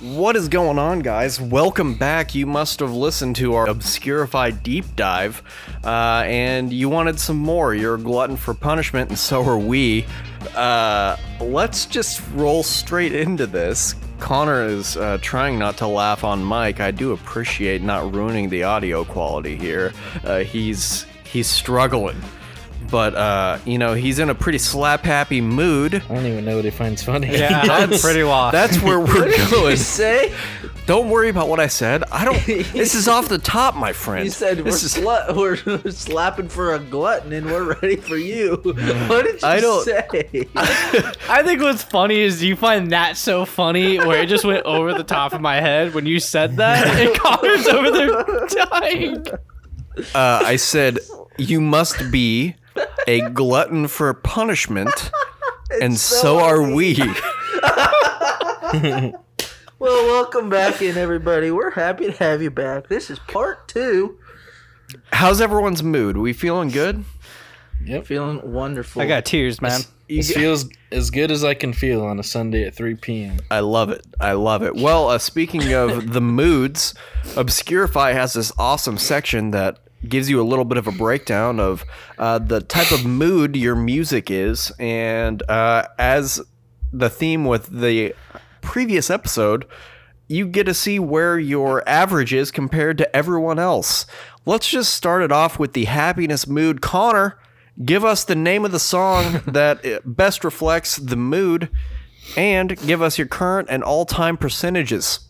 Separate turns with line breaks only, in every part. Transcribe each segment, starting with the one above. What is going on, guys? Welcome back. You must have listened to our Obscurified deep dive, uh, and you wanted some more. You're a glutton for punishment, and so are we. Uh, let's just roll straight into this. Connor is uh, trying not to laugh on mic. I do appreciate not ruining the audio quality here. Uh, he's he's struggling, but uh, you know he's in a pretty slap happy mood.
I don't even know what he finds funny.
Yeah, I'm pretty lost.
That's where we're going.
say?
Don't worry about what I said. I don't. This is off the top, my friend.
You said we're,
this is.
slu- we're, we're slapping for a glutton and we're ready for you. what did you
I don't-
say?
I think what's funny is you find that so funny where it just went over the top of my head when you said that, and Connor's over there dying.
Uh, I said you must be a glutton for punishment, and so,
so
are we.
well, welcome back in, everybody. We're happy to have you back. This is part two.
How's everyone's mood? We feeling good?
Feeling wonderful.
I got tears, man.
This feels as good as I can feel on a Sunday at 3 p.m.
I love it. I love it. Well, uh, speaking of the moods, Obscurify has this awesome section that gives you a little bit of a breakdown of uh, the type of mood your music is. And uh, as the theme with the previous episode, you get to see where your average is compared to everyone else. Let's just start it off with the happiness mood. Connor, give us the name of the song that uh, best reflects the mood and give us your current and all time percentages.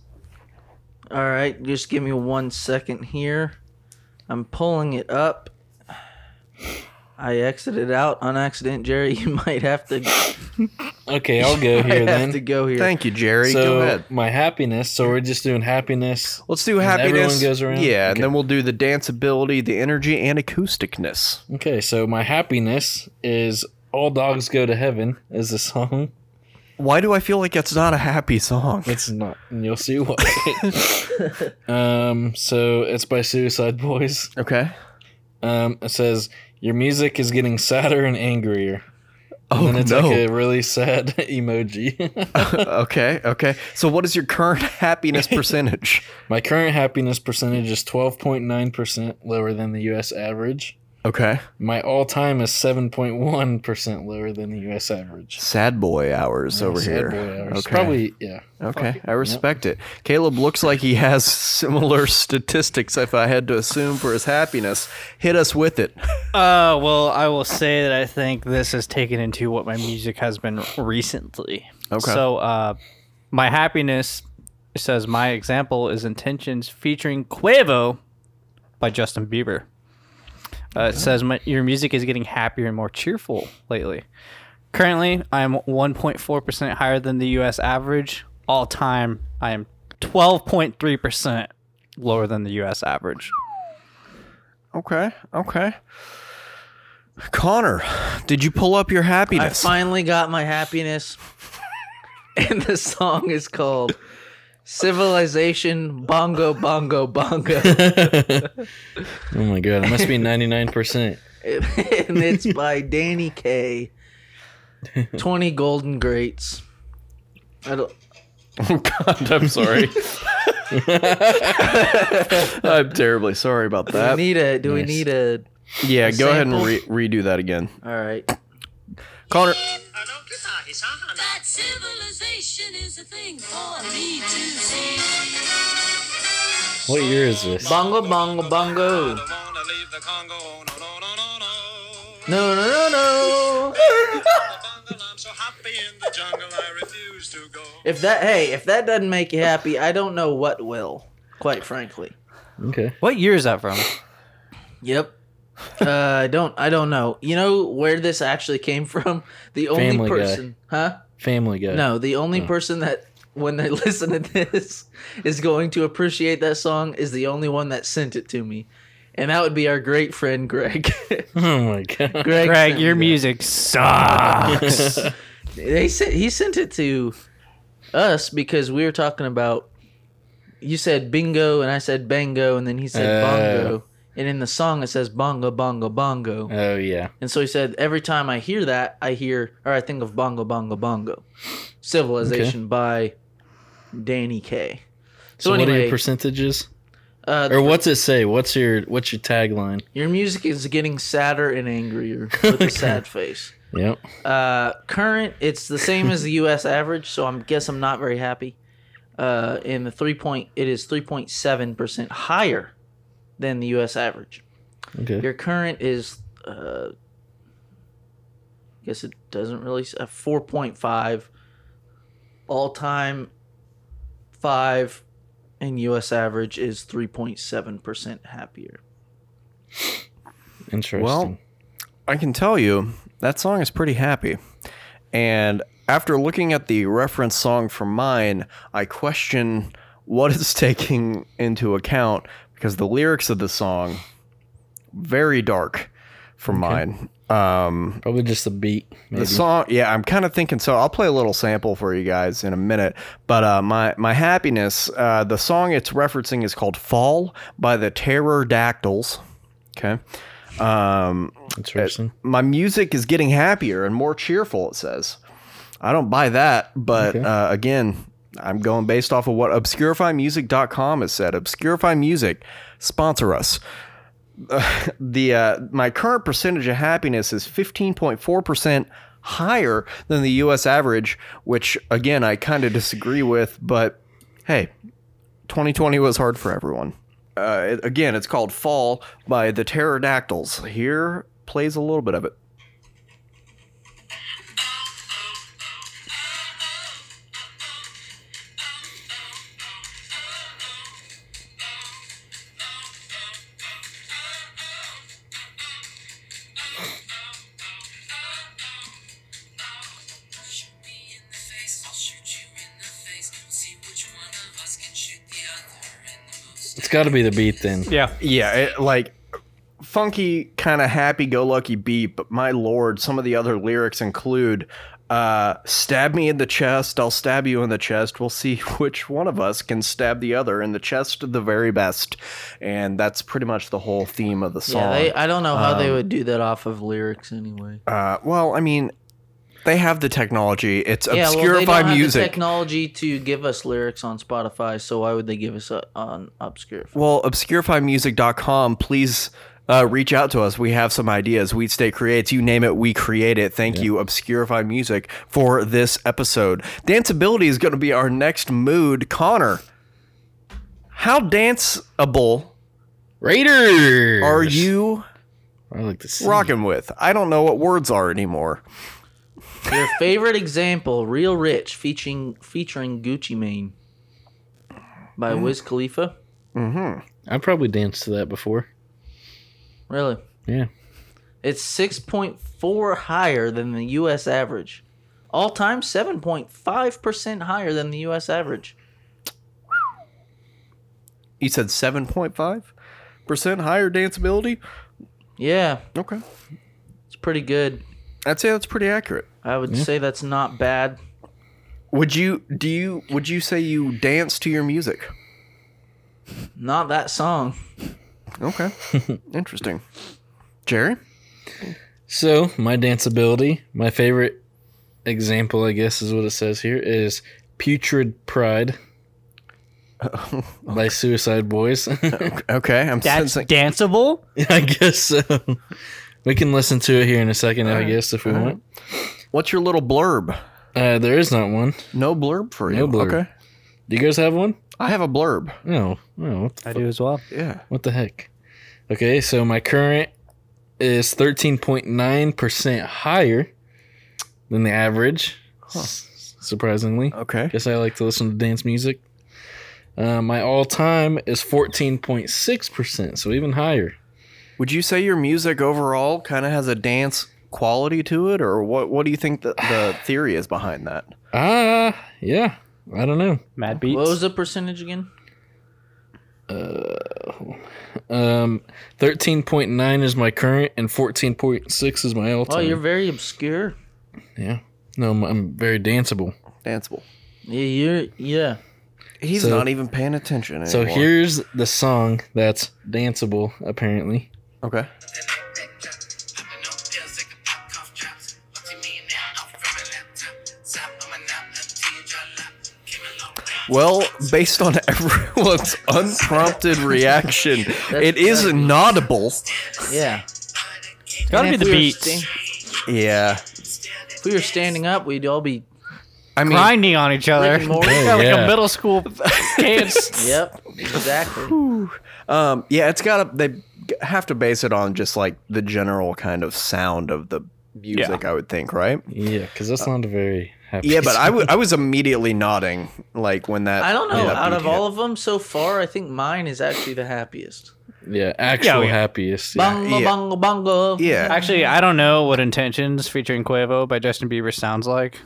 All right, just give me one second here. I'm pulling it up. I exited out on accident, Jerry. You might have to
Okay, I'll go here
have to
then.
go here.
Thank you, Jerry.
so
Go ahead.
my happiness. So we're just doing happiness.
Let's do
And
happiness.
everyone goes around?
Yeah, and
Okay.
then we'll do the danceability, the energy, and acousticness.
Okay, so my happiness is "All Dogs Go to Heaven" is the song.
Why do I feel like it's not a happy song?
It's not, and you'll see why. um, so it's by Suicide Boys.
Okay.
Um, it says your music is getting sadder and angrier.
Oh
and then it's
no.
like a really sad emoji.
okay. Okay. So, what is your current happiness percentage?
My current happiness percentage is 12.9% lower than the US average.
Okay.
My all time is 7.1% lower than the US average.
Sad boy hours over
Sad
here.
boy hours.
Okay.
Probably, yeah.
Okay, I respect it. Caleb looks like he has similar statistics, if I had to assume, for his happiness. Hit us with it.
Uh, well, I will say that I think this is taken into what my music has been recently.
Okay.
So, uh, my happiness says my example is intentions featuring Quavo by Justin Bieber. Uh, it says my, your music is getting happier and more cheerful lately. Currently, I am 1.4% higher than the US average. All time, I am 12.3% lower than the US average.
Okay. Okay. Connor, did you pull up your
I
happiness?
finally got my happiness. and the song is called Civilization Bongo Bongo Bongo.
Oh my God. It must be 99%.
and it's by Danny Kaye. 20 Golden Greats. I don't,
oh God, I'm sorry. I'm terribly sorry about
do we
that.
need a do we
Nice.
need a
Yeah, go ahead and
sample?
re- redo that again,
all right.
Connor.
That civilization is a thing for me to see.
What year is this?
Bongo bongo bongo. No no no no. If that hey, if that doesn't make you happy, I don't know what will, quite frankly.
Okay.
What year is that from?
Yep. Uh, I don't. I don't know. You know where this actually came from? The only
Family Guy.
person, huh?
Family Guy.
No, the only person that when they listen to this is going to appreciate that song is the only one that sent it to me, and that would be our great friend Greg.
Oh my God.
Greg,
Greg,
sent
your
me
music sucks.
that. They sent. He sent it to us because we were talking about. You said bingo, and I said bango, and then he said
Oh.
bongo, and in the song it says bongo, bongo, bongo.
Oh yeah.
And so he said, every time I hear that, I hear or I think of Bongo Bongo Bongo, Civilization by Danny K.
So,
So,
what are
anyway,
your percentages?
uh,
Or what's it say? What's your what's your tagline?
your music is getting sadder and angrier with a sad face.
Yep.
Uh, current, it's the same as the U.S. average, so I'm guess I'm not very happy. Uh, in the three point, it is three point seven percent higher than the U.S. average.
Okay.
Your current is, uh, I guess it doesn't really s- uh, four point five, all time, five, and U.S. average is three point seven percent happier.
Interesting.
Well, I can tell you that song is pretty happy. And after looking at the reference song for mine, I question what it's taking into account because the lyrics of the song very dark for mine. Um,
probably just the beat. Maybe.
the song, yeah, I'm kind of thinking so. I'll play a little sample for you guys in a minute. But uh, my my happiness, uh, the song it's referencing is called "Fall" by the Pterodactyls. Okay. Um,
Interesting.
my music is getting happier and more cheerful. It says, I don't buy that, but uh, again, I'm going based off of what obscurifymusic.com has said. Obscurify Music sponsor us. the uh, my current percentage of happiness is 15.4 percent higher than the U.S. average, which again I kind of disagree with. But hey, 2020 was hard for everyone. Uh, it- again, it's called Fall by the Pterodactyls. Here plays a little bit of it.
Shoot me in the face, I'll shoot you in the face. See which one of us can shoot the other in the most.
It's got to be the beat then.
Yeah.
Yeah, it, like funky, kind of happy-go-lucky beat. But my lord, some of the other lyrics include uh, "Stab me in the chest, I'll stab you in the chest. We'll see which one of us can stab the other in the chest the very best." And that's pretty much the whole theme of the song.
Yeah, they, I don't know how
um,
they would do that off of lyrics anyway.
uh, well, I mean, they have the technology. It's
yeah, well,
obscurify
they don't have the
music.
technology to give us lyrics on Spotify, so why would they give us a, on Obscurify?
Well, obscurifymusic.com, please uh, reach out to us. We have some ideas. Weed State Creates, you name it, we create it. Thank you, Obscurify Music, for this episode. Danceability is going to be our next mood. Connor, how danceable
Raiders.
are you
I like to see.
rocking with? I don't know what words are anymore.
Your favorite example, "Real Rich," featuring featuring Gucci Mane by
Mm.
Wiz Khalifa.
I probably danced to that before.
Really,
Yeah.
it's six point four higher than the U.S. average. All time, seven point five percent higher than the U.S. average.
You said 7.5% higher danceability?
Yeah,
Okay.
it's pretty good.
I'd say that's pretty accurate.
I would say that's not bad.
Would you do you would you say you dance to your music?
Not that song.
Okay. Interesting. Jerry?
So my danceability, my favorite example, I guess, is what it says here is "Putrid Pride" by Suicide Boys.
Okay, I'm
That's
sensing.
danceable.
I guess so. We can listen to it here in a second, I guess, if we want.
What's your little blurb?
Uh, there is not one.
No blurb for you.
No blurb.
Okay.
Do you guys have one?
I have a blurb.
No. No. What the
I do as well.
Yeah.
What the heck? Okay, so my current is 13.9% higher than the average, s- surprisingly.
Okay.
Guess I like to listen to dance music. Uh, my all time is 14.6%, so even higher.
Would you say your music overall kind of has a dance quality to it, or what? What do you think that the theory is behind that?
Ah, yeah. I don't know.
Mad beats.
What was the percentage again?
Um, 13.9 is my current, and 14.6 is my all
Oh,
time.
you're very obscure.
yeah. No, I'm, I'm very danceable.
Oh,
Danceable.
Yeah, you're yeah.
He's
So-
not even paying attention anymore.
So here's the song that's danceable, apparently.
Okay. Well, based on everyone's unprompted reaction, it is inaudible.
Yeah.
It's gotta
And
be
if
the
we were
beats.
sta-
Yeah.
if we were standing up, we'd all be.
I mean,
Grinding on each other.
Rick and Morty.
like
Yeah.
a middle school kids.
Yep. Exactly.
um, yeah, it's got to, they g- have to base it on just like the general kind of sound of the music, I would think, right?
Yeah, because that's not a very happy.
Yeah, but I wa- I was immediately nodding, like when that.
I don't know.
that
Out
beat
of
hit.
all of them so far, I think mine is actually the happiest.
yeah, actual
oh,
Yeah, yeah.
happiest. Yeah.
Bongo,
yeah.
bongo, bongo.
Yeah.
Actually, I don't know what Intentions featuring Quavo by Justin Bieber sounds like.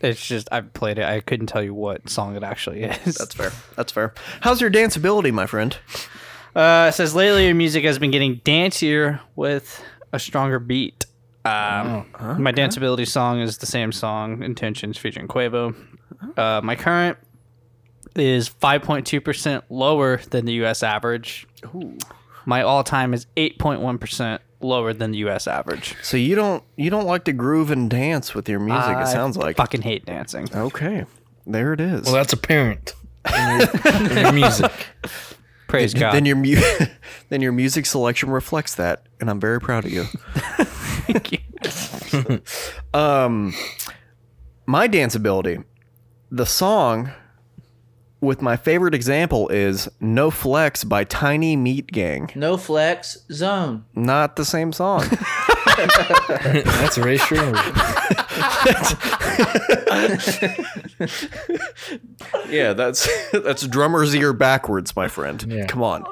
It's just I played it. I couldn't tell you what song it actually is.
That's fair. That's fair. How's your danceability, my friend?
Uh, it says lately your music has been getting dancier with a stronger beat.
Oh,
Um, My danceability song is the same song, Intentions featuring Quavo. Uh, my current is 5.2% lower than the US average. My all time is 8.1% lower than the US average.
So you don't you don't like to groove and dance with your music? it sounds like.
Fucking hate dancing.
Okay, there it is.
Well, that's apparent in your, in your music.
Praise God.
then your mu- then your music selection reflects that, and I'm very proud of you. Um, my danceability, the song with my favorite example is "No Flex" by Tiny Meat Gang.
No flex zone.
Not the same song.
That's racial.
Yeah, that's that's drummer's ear backwards, my friend.
Yeah.
Come on.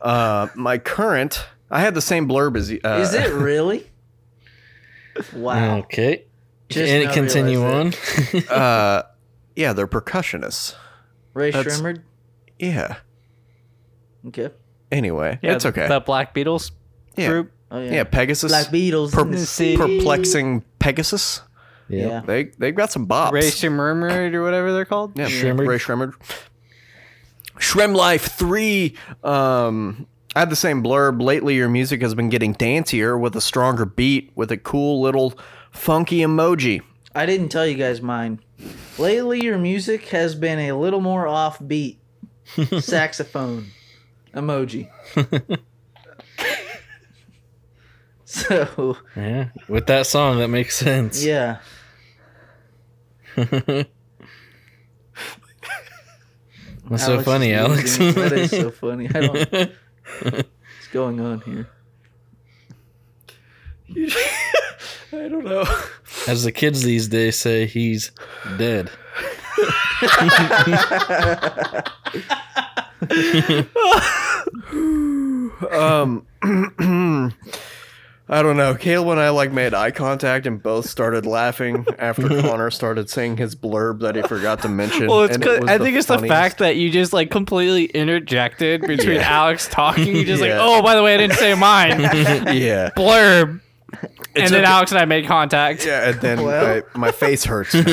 Uh, my current, I had the same blurb as. y- Uh,
Is it really? Wow.
Okay.
Just
and
now
continue on.
realized
Uh, yeah, they're percussionists.
Ray
That's-
Shrimmered.
Yeah.
Okay.
Anyway,
Yeah,
it's okay.
The Black Beatles
yeah.
group.
Oh yeah.
yeah, Pegasus.
Black Beatles.
per-
in the city.
perplexing Pegasus.
Yeah.
They they've got some bops.
Race your Murmured or whatever they're called.
yeah,
Shrimmered.
Ray Shrimmered. Shrem Life Three. Um, I had the same blurb. Lately, your music has been getting dancier with a stronger beat, with a cool little funky emoji.
I didn't tell you guys mine. Lately, your music has been a little more offbeat. Saxophone emoji. so
Yeah. With that song, that makes sense.
yeah,
That's so
Alex is
funny, Alex.
losing it. that is so funny. I don't. What's going on here?
I don't know.
As the kids these days say, he's dead.
Um, I don't know. Caleb and I like made eye contact and both started laughing after Connor started saying his blurb that he forgot to mention.
Well, it's
and it
cause,
was
I think it's the
funniest-
fact that you just like completely interjected between Alex talking. You just
Yeah.
like, oh, by the way, I didn't say mine.
yeah,
Blurb. and
It's
then
okay.
Alex and I made contact.
yeah, and then
Well.
I- my face hurts. Now.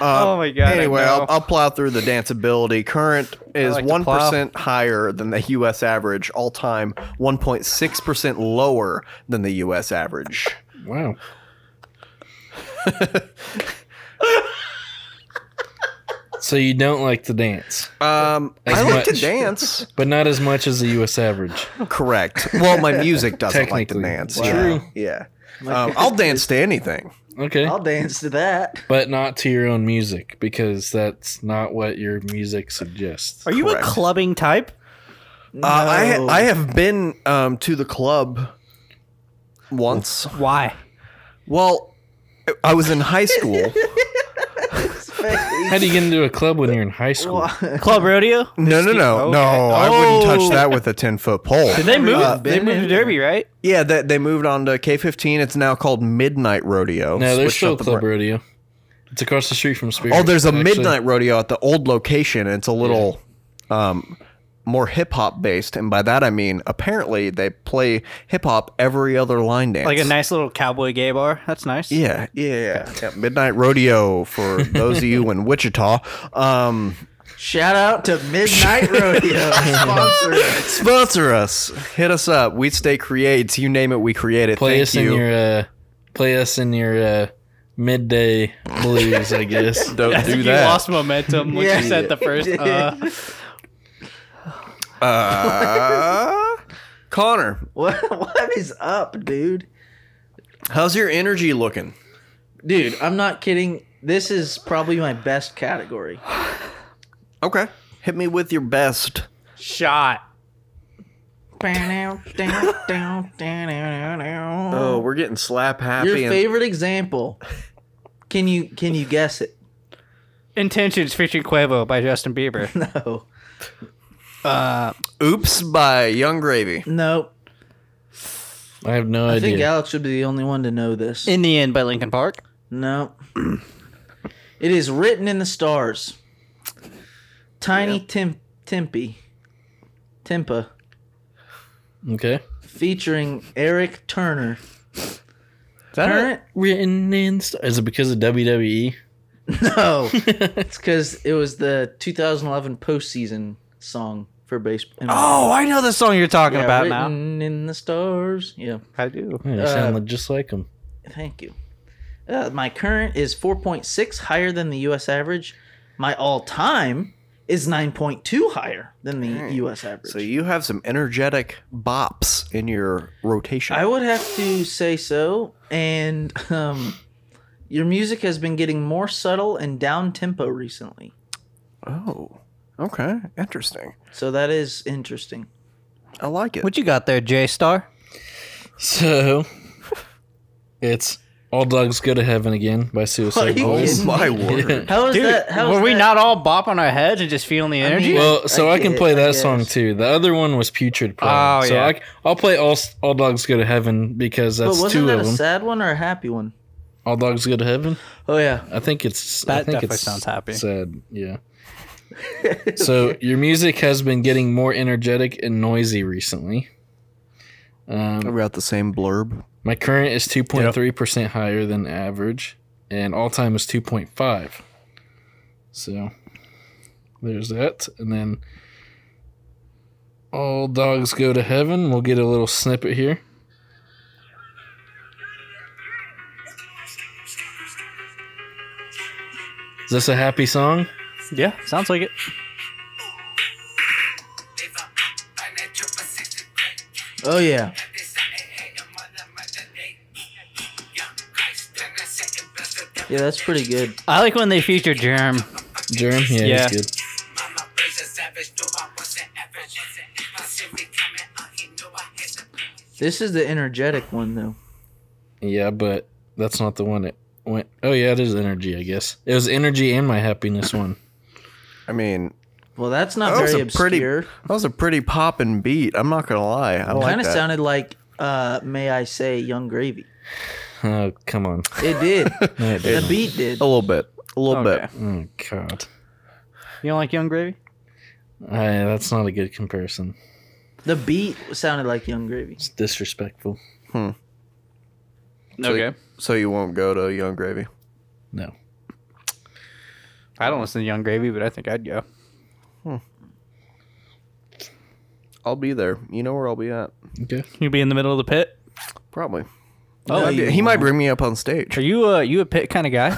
Uh,
Oh my God, I
Anyway, I'll,
know.
I'll plow through the danceability. Current is
like to
one percent higher than the U.S. average all time. One point six percent lower than the U.S. average.
Wow. so you don't like to dance,
Um,
As
I like to
much.
dance.
but not as much as the U.S. average.
Correct. Well, my music doesn't like to
Technically.
dance.
Wow.
Yeah.
True.
Yeah. Um, I'll dance to anything.
Okay.
I'll dance to that.
But not to your own music because that's not what your music suggests.
Are you
Correct.
a clubbing type?
Uh,
No.
I I have been um, to the club once.
Why?
Well, I was in high school.
How do you get into a club when you're in high school?
Club rodeo?
No, no, no, no. I wouldn't touch that Uh, with a ten foot pole.
Oh. Did they move? they
been
moved to
in
Derby, right?
Yeah, they, they moved on to K fifteen. It's now called Midnight Rodeo.
No, there's
Switched
still
up the
Club
bra-
Rodeo. It's across the street from Spirit.
Oh, there's a
actually.
Midnight Rodeo at the old location. It's a little um, more hip hop based, and by that I mean apparently they play hip hop every other line dance.
Like a nice little cowboy gay bar. That's nice.
Yeah, yeah, yeah. yeah. Midnight Rodeo for those of you in Wichita. Um,
Shout out to Midnight Rodeo sponsor. us.
sponsor us. Hit us up. We stay creates. You name it, we create it.
Play
Thank
us
you.
in your uh, play us in your uh, midday blues, I guess.
Don't
I
do
think
that.
You lost momentum when you said the first. Uh,
Uh, Connor,
what what is up, dude?
how's your energy looking?
Dude, I'm not kidding. This is probably my best category.
Okay, hit me with your best.
shot.
Oh,
oh,
we're getting slap happy.
your
and-
favorite example. Can you can you guess it?
Intentions featuring Quavo by Justin Bieber.
No.
Oops by Young Gravy.
No.
I have no
I
idea.
think Alex should be the only one to know this.
In the end by Linkin Park.
No. it is written in the stars. Tiny Tim Tempe. Tempa.
okay.
Featuring Eric Turner.
Is that it?
Turner?
Written in. St- Is it because of E? WWE?
No. it's because it was the 2011 postseason song for baseball.
Oh, I know the song you're talking about now.
written in the stars. Yeah.
I do.
Yeah, you
Uh,
sound like just like him.
Thank you. Uh, my current is 4.6 higher than the U.S. average. My all-time is 9.2 higher than the U.S. average.
So you have some energetic bops in your rotation.
I would have to say so. And um, your music has been getting more subtle and down tempo recently.
oh, okay, interesting.
So that is interesting.
I like it.
What you got there, J Star?
So it's All Dogs Go to Heaven Again by Suicide
you
Boys.
oh my
Yeah.
word!
How is
Dude,
that? How is
were we
that-
not all bopping our heads and just feeling the
mean,
energy?
Well, so
I
I, can
get
play
it, I
that song
guess.
too. The other one was Putrid Pride.
Oh,
so
yeah.
I, will play all S- All Dogs Go to Heaven because
But
that's
wasn't
two
that
of
a
them.
sad one or a happy one?
all Dogs Go to Heaven.
Oh yeah.
I think it's I
That
think
definitely
it's
sounds happy.
Sad, yeah. so your music has been getting more energetic and noisy recently. Um,
We got the same blurb.
My current is 2.3% higher than average, and all time is 2.5. So there's that. And then All Dogs Go to Heaven. We'll get a little snippet here. Is this a happy song?
yeah, sounds like it.
Oh yeah. Yeah, that's pretty good.
I like when they feature Germ.
Jerem? Yeah,
Yeah.
he's good.
This is the energetic one though.
Yeah, but that's not the one it went. Oh, yeah, it is energy, I guess. It was energy and my happiness one.
I mean,
Well, that's not
that was
very
a pretty
obscure.
that was a pretty poppin' beat. I'm not gonna lie. I like
kind of
that.
sounded like, uh, may I say, Young Gravy.
Oh, come on.
It did.
No, it
the
didn't.
beat did.
a little bit, a little
Okay.
bit.
Mm.
Oh God,
You don't like Young Gravy?
I, that's not a good comparison.
The beat sounded like Young Gravy.
It's disrespectful.
Okay.
So you won't go to Young Gravy.
No.
I don't listen to Young Gravy, but I think I'd go.
I'll be there. You know where I'll be at.
Okay.
You'd be in the middle of the pit.
Probably.
Oh,
Might be- he might bring me up on stage.
Are you a you a pit kind of guy?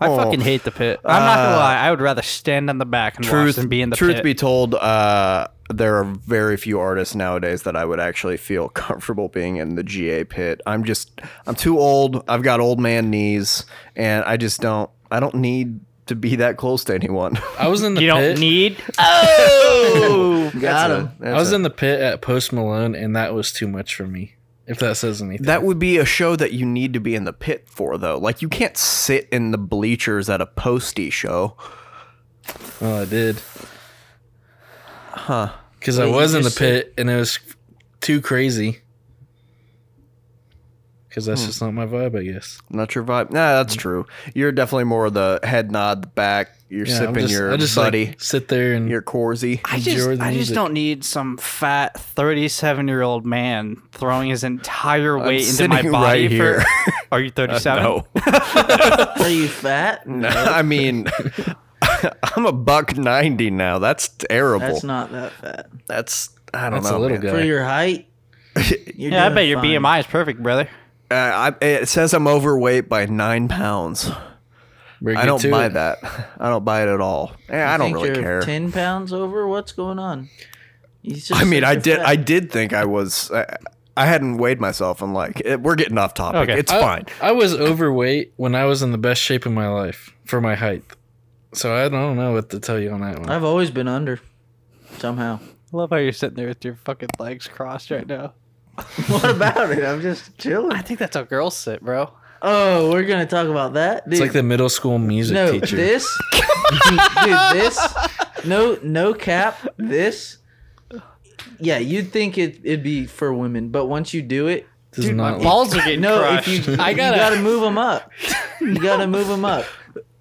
I fucking hate the pit. Uh, I'm not gonna lie. I would rather stand on the back and watch than be in the
truth
pit.
be told, uh, there are very few artists nowadays that I would actually feel comfortable being in the GA pit. I'm just, I'm too old. I've got old man knees, and I just don't, I don't need to be that close to anyone.
I was in the
you don't
pit.
need. Oh,
Got him.
I was in the pit at Post Malone, and that was too much for me. If that says anything.
That would be a show that you need to be in the pit for, though. Like you can't sit in the bleachers at a posty show.
oh, I did. Huh. Because I was in the pit, and it was too crazy. Because
Hmm.
that's just not my vibe, I guess.
Not your vibe. Nah,
Mm.
that's true. You're definitely more the head nod, the back. You're
Yeah, I'm
sipping
just-
your
I just
buddy,
like, sit there and
your Corsy.
I just,
Enjoy the
I just
music.
don't need some fat 37 year old man throwing his entire weight into my
sitting
body
right here.
for. Are you 37?
no.
Are you fat?
No, I mean, I'm a buck ninety now. That's terrible.
That's
That's,
not that fat.
I don't
That's
know.
a little
man.
guy.
For your height, you're
Yeah, I
doing
bet your
fine.
BMI is perfect, brother.
Uh, I, it says I'm overweight by nine pounds.
We're
I
good
don't
to
buy
it.
that. I don't buy it at all. Eh, I don't
think
really
you're
care.
Ten pounds over? What's going on? You just
I
said
mean, I
you're
did.
fat.
I did think I was. I, I hadn't weighed myself. I'm like, it, we're getting off topic.
Okay.
It's
I-
fine.
I was overweight when I was in the best shape of my life for my height. So I don't know what to tell you on that one.
I've always been under. Somehow.
I love how you're sitting there with your fucking legs crossed right now.
what about it? I'm just chilling.
I think that's how girls sit, bro.
Oh, we're gonna talk about that. Dude.
it's like the middle school music
no,
teacher.
this, dude, this, no, no cap, this. Yeah, you'd think it, it'd be for women, but once you do it,
does not look-
Balls are getting
no,
crushed.
if you,
I gotta,
you gotta move them up. You gotta move them up.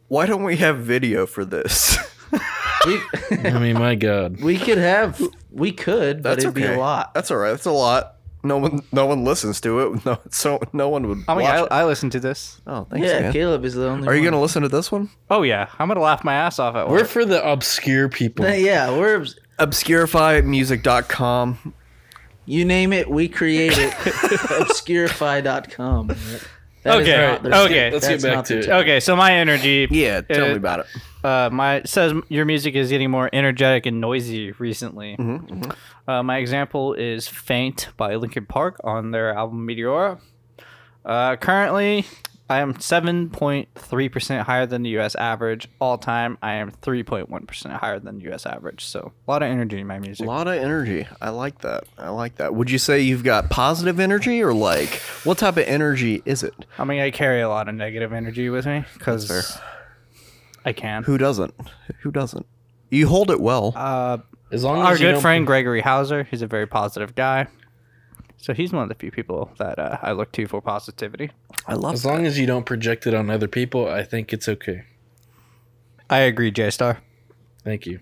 Why don't we have video for this?
We,
I mean, my God.
we could have, we could, but
That's
it'd be
okay.
a lot.
That's all right. That's a lot. No one, no one listens to it. No, so no one would.
I mean,
watch
I,
it.
I listen to this.
oh, thanks,
yeah,
man.
Caleb is the only.
Are you
one.
gonna listen to this one?
Oh yeah, I'm gonna laugh my ass off at
We're
work.
for the obscure people.
Yeah, we're
Obscurifymusic.com.
you name it, we create it. Obscurify.com. That is
Okay,
not their-
okay.
Let's get
that's
back
not
to
the
it.
Okay, so my energy.
Yeah, tell me
Uh,
about it.
Uh, my it says your music is getting more energetic and noisy recently.
Mm-hmm,
Uh, my example is "Faint" by Linkin Park on their album Meteora. Uh, currently, I am seven point three percent higher than the U.S. average all time. I am three point one percent higher than the U.S. average. So a lot of energy in my
A
music.
lot of energy. I like that. I like that. Would you say you've got positive energy or like what type of energy is it?
I mean, I carry a lot of negative energy with me because I can.
Who doesn't? Who doesn't? You hold it well.
Uh,
As long
our
as you
good
don't-
friend Gregory Hauser, he's a very positive guy. So he's one of the few people that uh, I look to for positivity.
I love
As
that.
long as you don't project it on other people, I think it's okay.
I agree, J Star.
Thank you.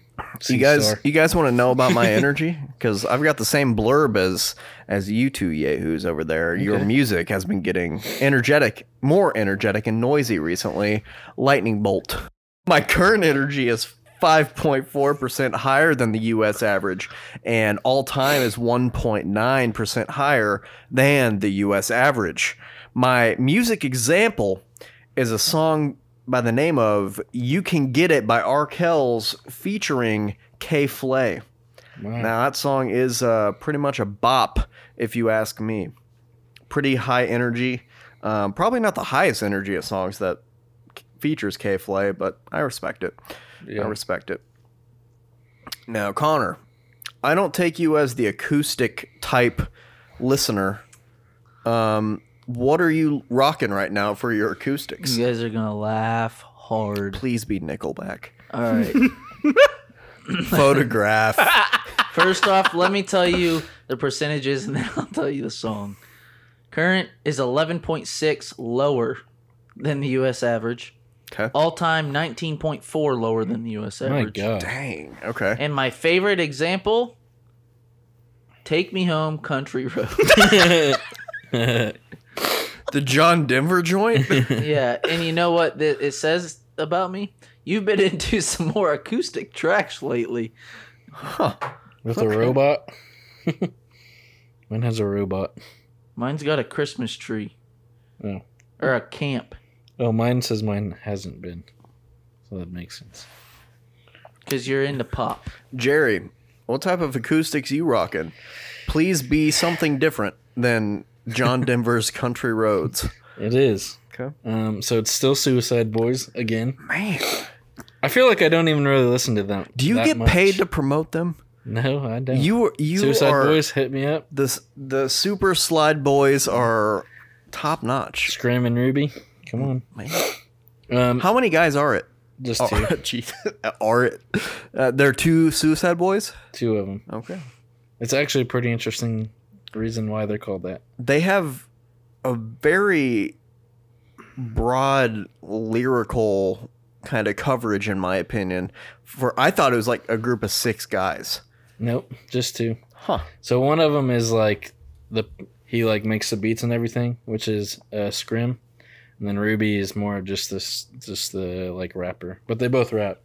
You guys, you guys want to know about my energy? Because I've got the same blurb as as you two yahoos over there. Your music has been getting energetic, more energetic and noisy recently. Lightning bolt. My current energy is 5.4% higher than the US average, and all time is 1.9% higher than the US average. My music example is a song by the name of You Can Get It by Arkells featuring K Flay. Now, that song is uh, pretty much a bop, if you ask me. Pretty high energy. Um, probably not the highest energy of songs that k- features K Flay, but I respect it. I respect it. Now, Connor, I don't take you as the acoustic type listener. Um, what are you rocking right now for your acoustics?
You guys are gonna laugh hard.
Please be Nickelback.
All right.
Photograph.
First off, let me tell you the percentages, and then I'll tell you the song. Current is 11.6 lower than the U.S. average.
Okay.
Oh.
All time 19.4 lower than the U.S.
My
average.
God.
Dang. Okay.
And my favorite example. Take me home, country road.
The John Denver joint.
yeah, and you know what th- it says about me? You've been into some more acoustic tracks lately.
With a robot? Mine has a robot.
Mine's got a Christmas tree
Oh.
or a camp.
Oh, mine says mine hasn't been. So that makes sense.
Because you're into pop.
Jerry, what type of acoustics you rocking? Please be something different than John Denver's Country Roads.
It is.
Okay.
Um, so it's still Suicide Boys again.
Man,
I feel like I don't even really listen to them.
do you
that
get
much.
paid to promote them?
No, I don't.
You are you
Suicide
are
Boys hit me up.
the s- the Super Slide Boys are top notch.
Screaming Ruby. Come on. Um,
How many guys are it?
just
Oh,
two,
geez. are it? Uh, there are two Suicide Boys.
two of them.
Okay.
It's actually a pretty interesting reason why they're called that.
they have a very broad lyrical kind of coverage in my opinion for i thought it was like a group of six guys
Nope, just two.
huh
So one of them is like the he like makes the beats and everything, which is uh, Scrim, and then Ruby is more of just this just the like rapper. But they both rap.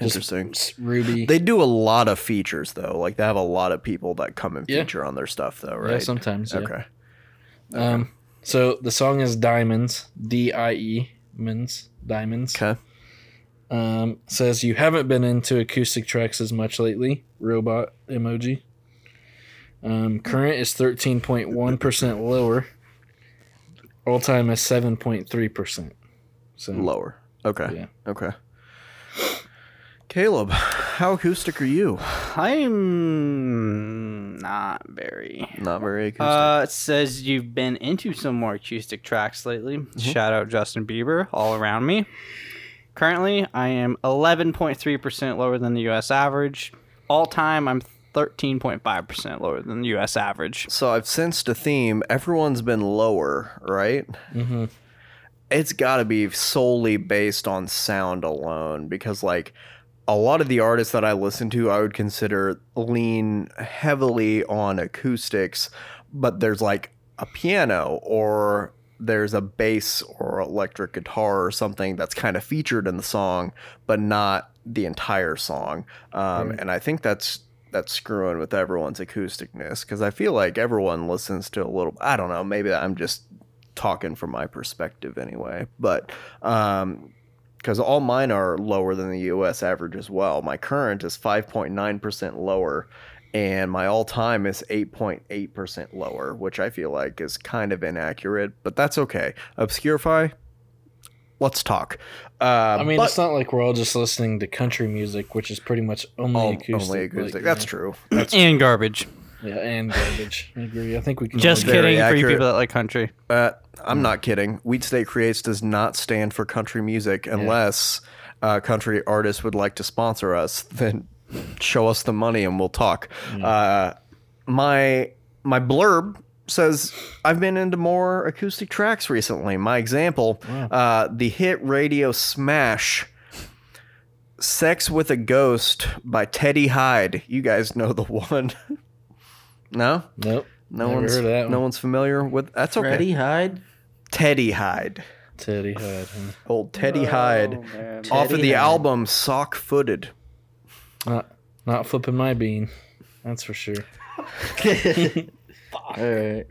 interesting
S- Ruby.
they do a lot of features though like they have a lot of people that come and
Yeah.
feature on their stuff though
Yeah,
right
sometimes. Yeah.
okay
Um, So the song is Diamonds, D I E, mins, Diamonds.
Okay.
Um, says you haven't been into acoustic tracks as much lately. Robot emoji. Um, current is thirteen point one percent lower. All time is seven point three percent. So
Lower. Okay.
Yeah.
Okay. Caleb, how acoustic are you?
I'm not very.
Not very acoustic.
Uh, it says you've been into some more acoustic tracks lately.
Mm-hmm.
Shout out Justin Bieber all around me. Currently, I am 11.3% lower than the US average. All time, I'm 13.5% lower than the US average.
so I've sensed a theme. Everyone's been lower, right? Uh,
Mm-hmm.
It's got to be solely based on sound alone because, like, a lot of the artists that I listen to, I would consider lean heavily on acoustics, but there's like a piano or there's a bass or electric guitar or something that's kind of featured in the song, but not the entire song. Um, And I think that's that's screwing with everyone's acousticness because I feel like everyone listens to a little. I don't know. Maybe I'm just talking from my perspective anyway, but um, because all mine are lower than the U.S. average as well. My current is 5.9% lower, and my all-time is 8.8% lower, which I feel like is kind of inaccurate, but that's okay. Obscurify, let's talk. Uh,
I mean,
but-
it's not like we're all just listening to country music, which is pretty much only
Oh,
acoustic.
only
like,
acoustic.
you
that's
know.
true. That's Mm-hmm.
and garbage.
Yeah, and garbage. I agree. I think we can.
Just
all
Very
agree.
kidding for you
accurate.
people that like country.
Uh, I'm not kidding. Weed State Creates does not stand for country music unless uh, country artists would like to sponsor us. Then show us the money and we'll talk.
Mm.
Uh, my my blurb says I've been into more acoustic tracks recently. My example, uh, the hit radio smash. Sex with a Ghost by Teddy Hyde. You guys know the one. no?
Nope.
No
Never
one's
heard of that
no
one.
one's familiar with that's okay.
Freddie Hyde.
Teddy Hyde.
Teddy Hyde. Huh?
Old Teddy Hyde. off of
Teddy
the
Hyde.
album Sock Footed.
Not, not flipping my bean. That's for sure.
All right.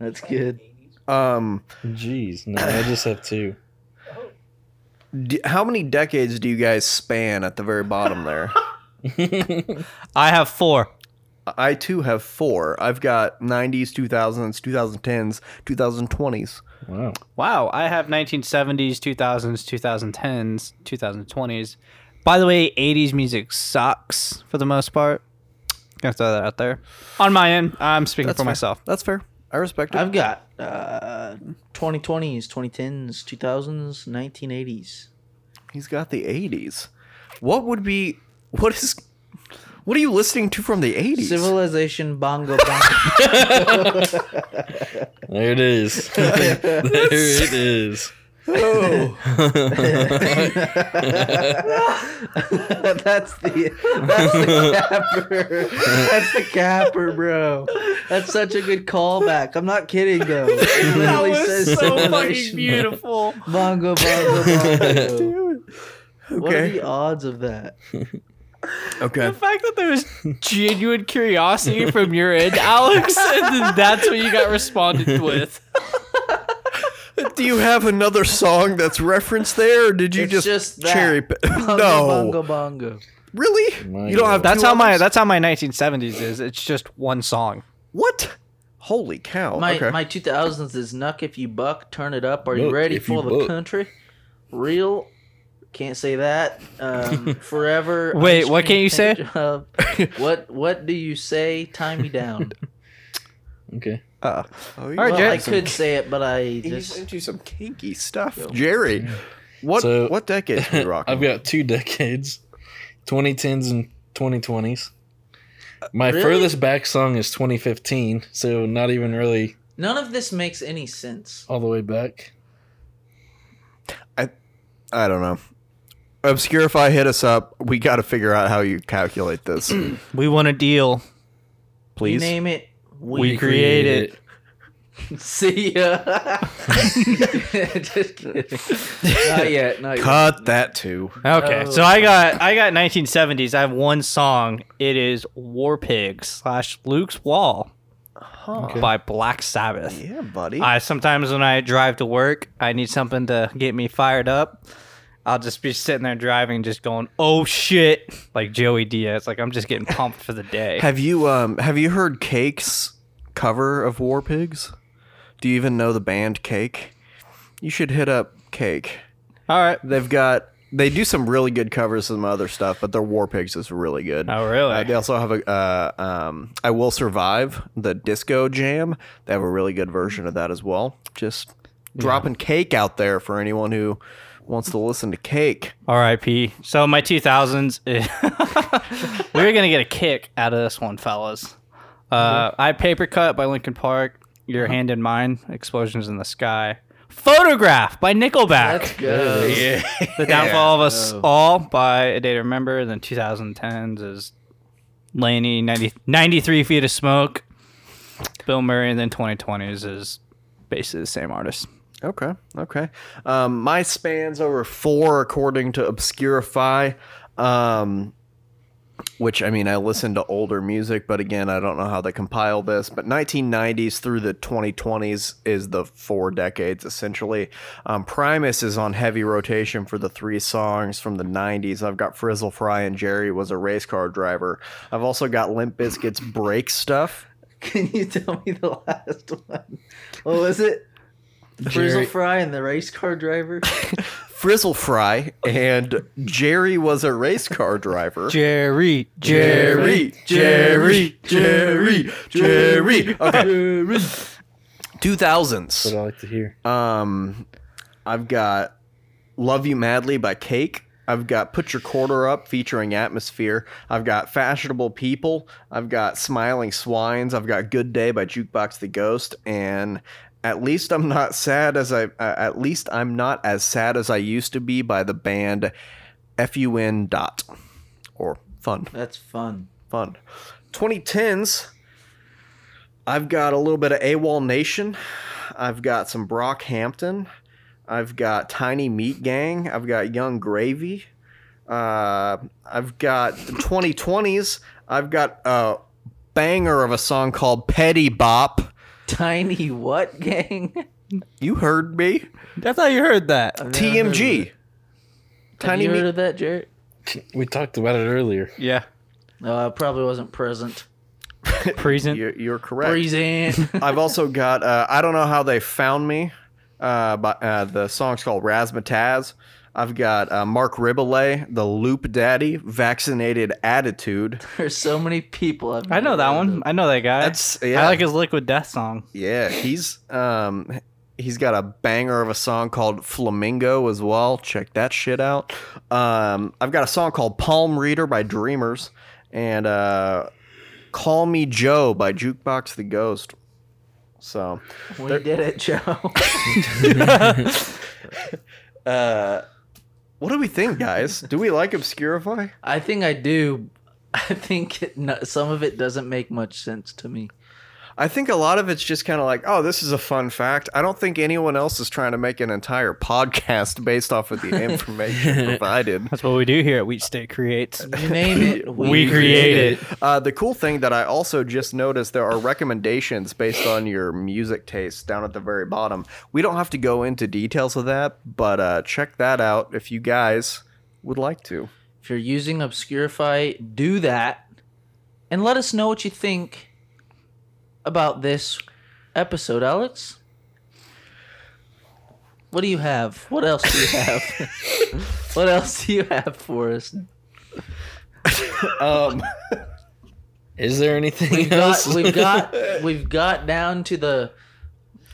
That's good.
Um,
Jeez, no, I just have two.
d- how many decades do you guys span at the very bottom there?
I have four.
I too have four. I've got 90s, 2000s, 2010s, 2020s.
Wow.
Wow, I have 1970s, 2000s, 2010s, 2020s. By the way, 80s music sucks for the most part. Gonna throw that out there. On my end, I'm speaking for
fair.
myself.
That's fair. I respect it.
I've got uh, 2020s, 2010s, 2000s, 1980s.
He's got the 80s. What would be. What is. What are you listening to from the 80s?
Civilization bongo bongo.
There it is. there it is.
oh.
that's the that's the capper. That's the capper, bro. That's such a good callback. I'm not kidding though. It literally says civilization
beautiful.
bongo bongo bongo. What are
Okay.
the odds of that?
Okay.
The fact that there was genuine curiosity from your end, Alex, and then that's what you got responded with.
Do you have another song that's referenced there, or did you
It's
just,
just that.
cherry pick?
Bongo
no,
bongo bongo.
really?
My
you don't have
God.
That's
two
how my
others?
that's how my 1970s is. It's just one song.
what? Holy cow!
My
Oh, okay.
my 2000s is knuck if you buck, turn it up. Are you
Look
ready
if you
for the
buck.
country? Real, can't say that. Um, forever.
Wait,
ice
what
cream
can't you say?
paint job. what what do you say? Tie me down.
Okay.
oh, you
All right,
well,
Jared.
I could say it, but I
he's
just
into some kinky stuff, Jerry. What
So-
what decade are you rocking?
I've got two decades 2010s and 2020s. My
Really?
furthest back song is 2015, so not even really
none of this makes any sense.
all the way back.
I don't know. Obscurify, hit us up. We got to figure out how you calculate this,
We want a deal.
You
please.
name it. We,
We create it.
see ya. just kidding. Not yet. Not yet.
Cut that too.
Okay,
Oh.
so I got I got 1970s. I have one song. It is War Pig slash Luke's Wall
Okay.
by Black Sabbath.
Yeah, buddy.
I sometimes when I drive to work, I need something to get me fired up. I'll just be sitting there driving, just going, "Oh shit!" Like Joey Diaz. Like I'm just getting pumped for the day.
have you um have you heard Cake's cover of War Pigs? Do you even know the band Cake? You should hit up Cake.
All right.
They've got they do some really good covers of some other stuff, but their War Pigs is really good.
Oh really?
Uh, they also have a uh, um, I Will Survive the disco jam. They have a really good version of that as well. Just dropping cake out there for anyone who wants to listen to cake.
R.I.P. So my 2000s, eh, we were gonna get a kick out of this one, fellas. Uh, I paper cut by Lincoln Park. Your hand in mine. Explosions in the sky. Photograph by Nickelback.
Let's go.
The Downfall of Us All by A Day to Remember. And then 2010s is Laney, 90, 93 Feet of Smoke, Bill Murray. And then 2020s is basically the same artist.
Okay, okay. Um, my span's over four according to Obscurify. Um, which I mean, I listen to older music, but again, I don't know how they compile this. But 1990s through the 2020s is the four decades essentially. Um, Primus is on heavy rotation for the three songs from the 90s. I've got Frizzle Fry and Jerry was a race car driver. I've also got Limp Bizkit's Break Stuff.
Can you tell me the last one? What was it? Frizzle Fry and the race car driver.
Frizzle Fry and Jerry was a race car driver.
Jerry,
Jerry, Jerry, Jerry. Okay. 2000s.
I like to hear.
Um, I've got Love You Madly by Cake. I've got Put Your Quarter Up featuring Atmosphere. I've got Fashionable People. I've got Smiling Swines. I've got Good Day by Jukebox the Ghost. And At Least I'm Not Sad as I, uh, At Least I'm Not As Sad as I Used to Be by the band FUN dot or fun
That's fun.
fun. 2010s, I've got a little bit of AWOL Nation. I've got some Brock Hampton. I've got Tiny Meat Gang. I've got Young Gravy. Uh, I've got the 2020s. I've got a banger of a song called Petty Bop.
Tiny what gang?
You heard me.
I thought you heard that.
I've never heard of
TMG.
it. Have
Tiny
you heard
Meat.
of that, Jared?
We talked about it earlier.
Yeah.
No, I probably wasn't present.
Present.
You're, you're correct.
Present.
I've also got uh, I don't know how they found me, uh, but uh, the song's called Razzmatazz. I've got uh, Mark Ribelet, the Loop Daddy, Vaccinated Attitude.
There's so many people. I've
I know
never
that
heard
one.
of.
I know that guy.
That's- yeah.
I like his Liquid Death song.
Yeah, he's um he's got a banger of a song called Flamingo as well. Check that shit out. Um, I've got a song called Palm Reader by Dreamers and uh, Call Me Joe by Jukebox the Ghost. So.
We did it, Joe.
What do we think, guys? Do we like Obscurify?
I think I do. I think it, no, some of it doesn't make much sense to me.
I think a lot of it's just kind of like, oh, this is a fun fact. I don't think anyone else is trying to make an entire podcast based off of the information provided.
That's what we do here at Wheat State Creates.
You name it.
We create it.
Uh, the cool thing that I also just noticed there are recommendations based on your music taste down at the very bottom. We don't have to go into details of that, but uh, check that out if you guys would like to.
If you're using Obscurify, do that, and let us know what you think about this episode, Alex. What do you have? What else do you have? what else do you have for us?
Um,
Is there anything
We've
else?
got, we've got, we've got down to the,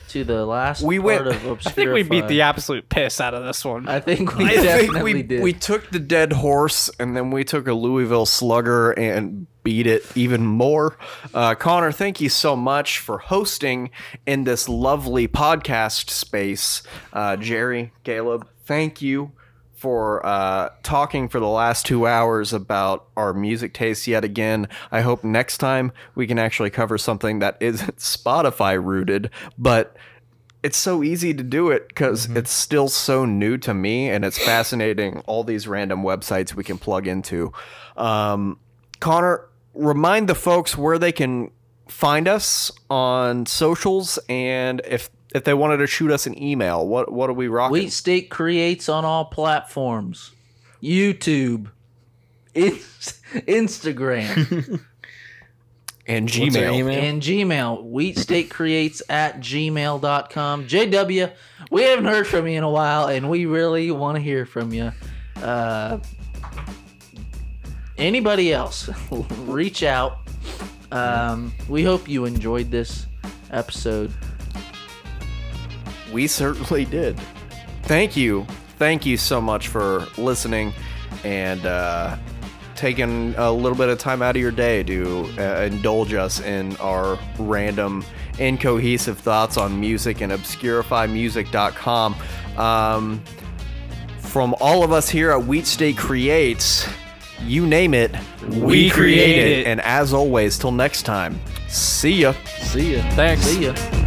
to the last
We
part
went-
of Obscurify.
I think we beat the absolute piss out of this one.
I think we
I
definitely
think we,
did.
we took the dead horse and then we took a Louisville slugger and beat it even more. Uh, Connor, thank you so much for hosting in this lovely podcast space. Uh, Jerry, Caleb, thank you for uh, talking for the last two hours about our music tastes yet again. I hope next time we can actually cover something that isn't Spotify rooted, but it's so easy to do it because it's still so new to me and it's fascinating all these random websites we can plug into um, connor remind the folks where they can find us on socials and if if they wanted to shoot us an email, what what are we rocking?
Wheat State creates on all platforms YouTube, in- Instagram,
and
What's our
Gmail.
email?
and Gmail. Wheat State creates at gmail.com. JW, we haven't heard from you in a while, and we really want to hear from you. Uh, anybody else, reach out. Um, we hope you enjoyed this episode.
We certainly did. Thank you. Thank you so much for listening and uh, taking a little bit of time out of your day to uh, indulge us in our random, incohesive thoughts on music and obscurifymusic.com. Um, from all of us here at Wheat State Creates, you name it, we, create
create
it.
it.
And as always, till next time, see ya.
See ya.
Thanks.
See ya.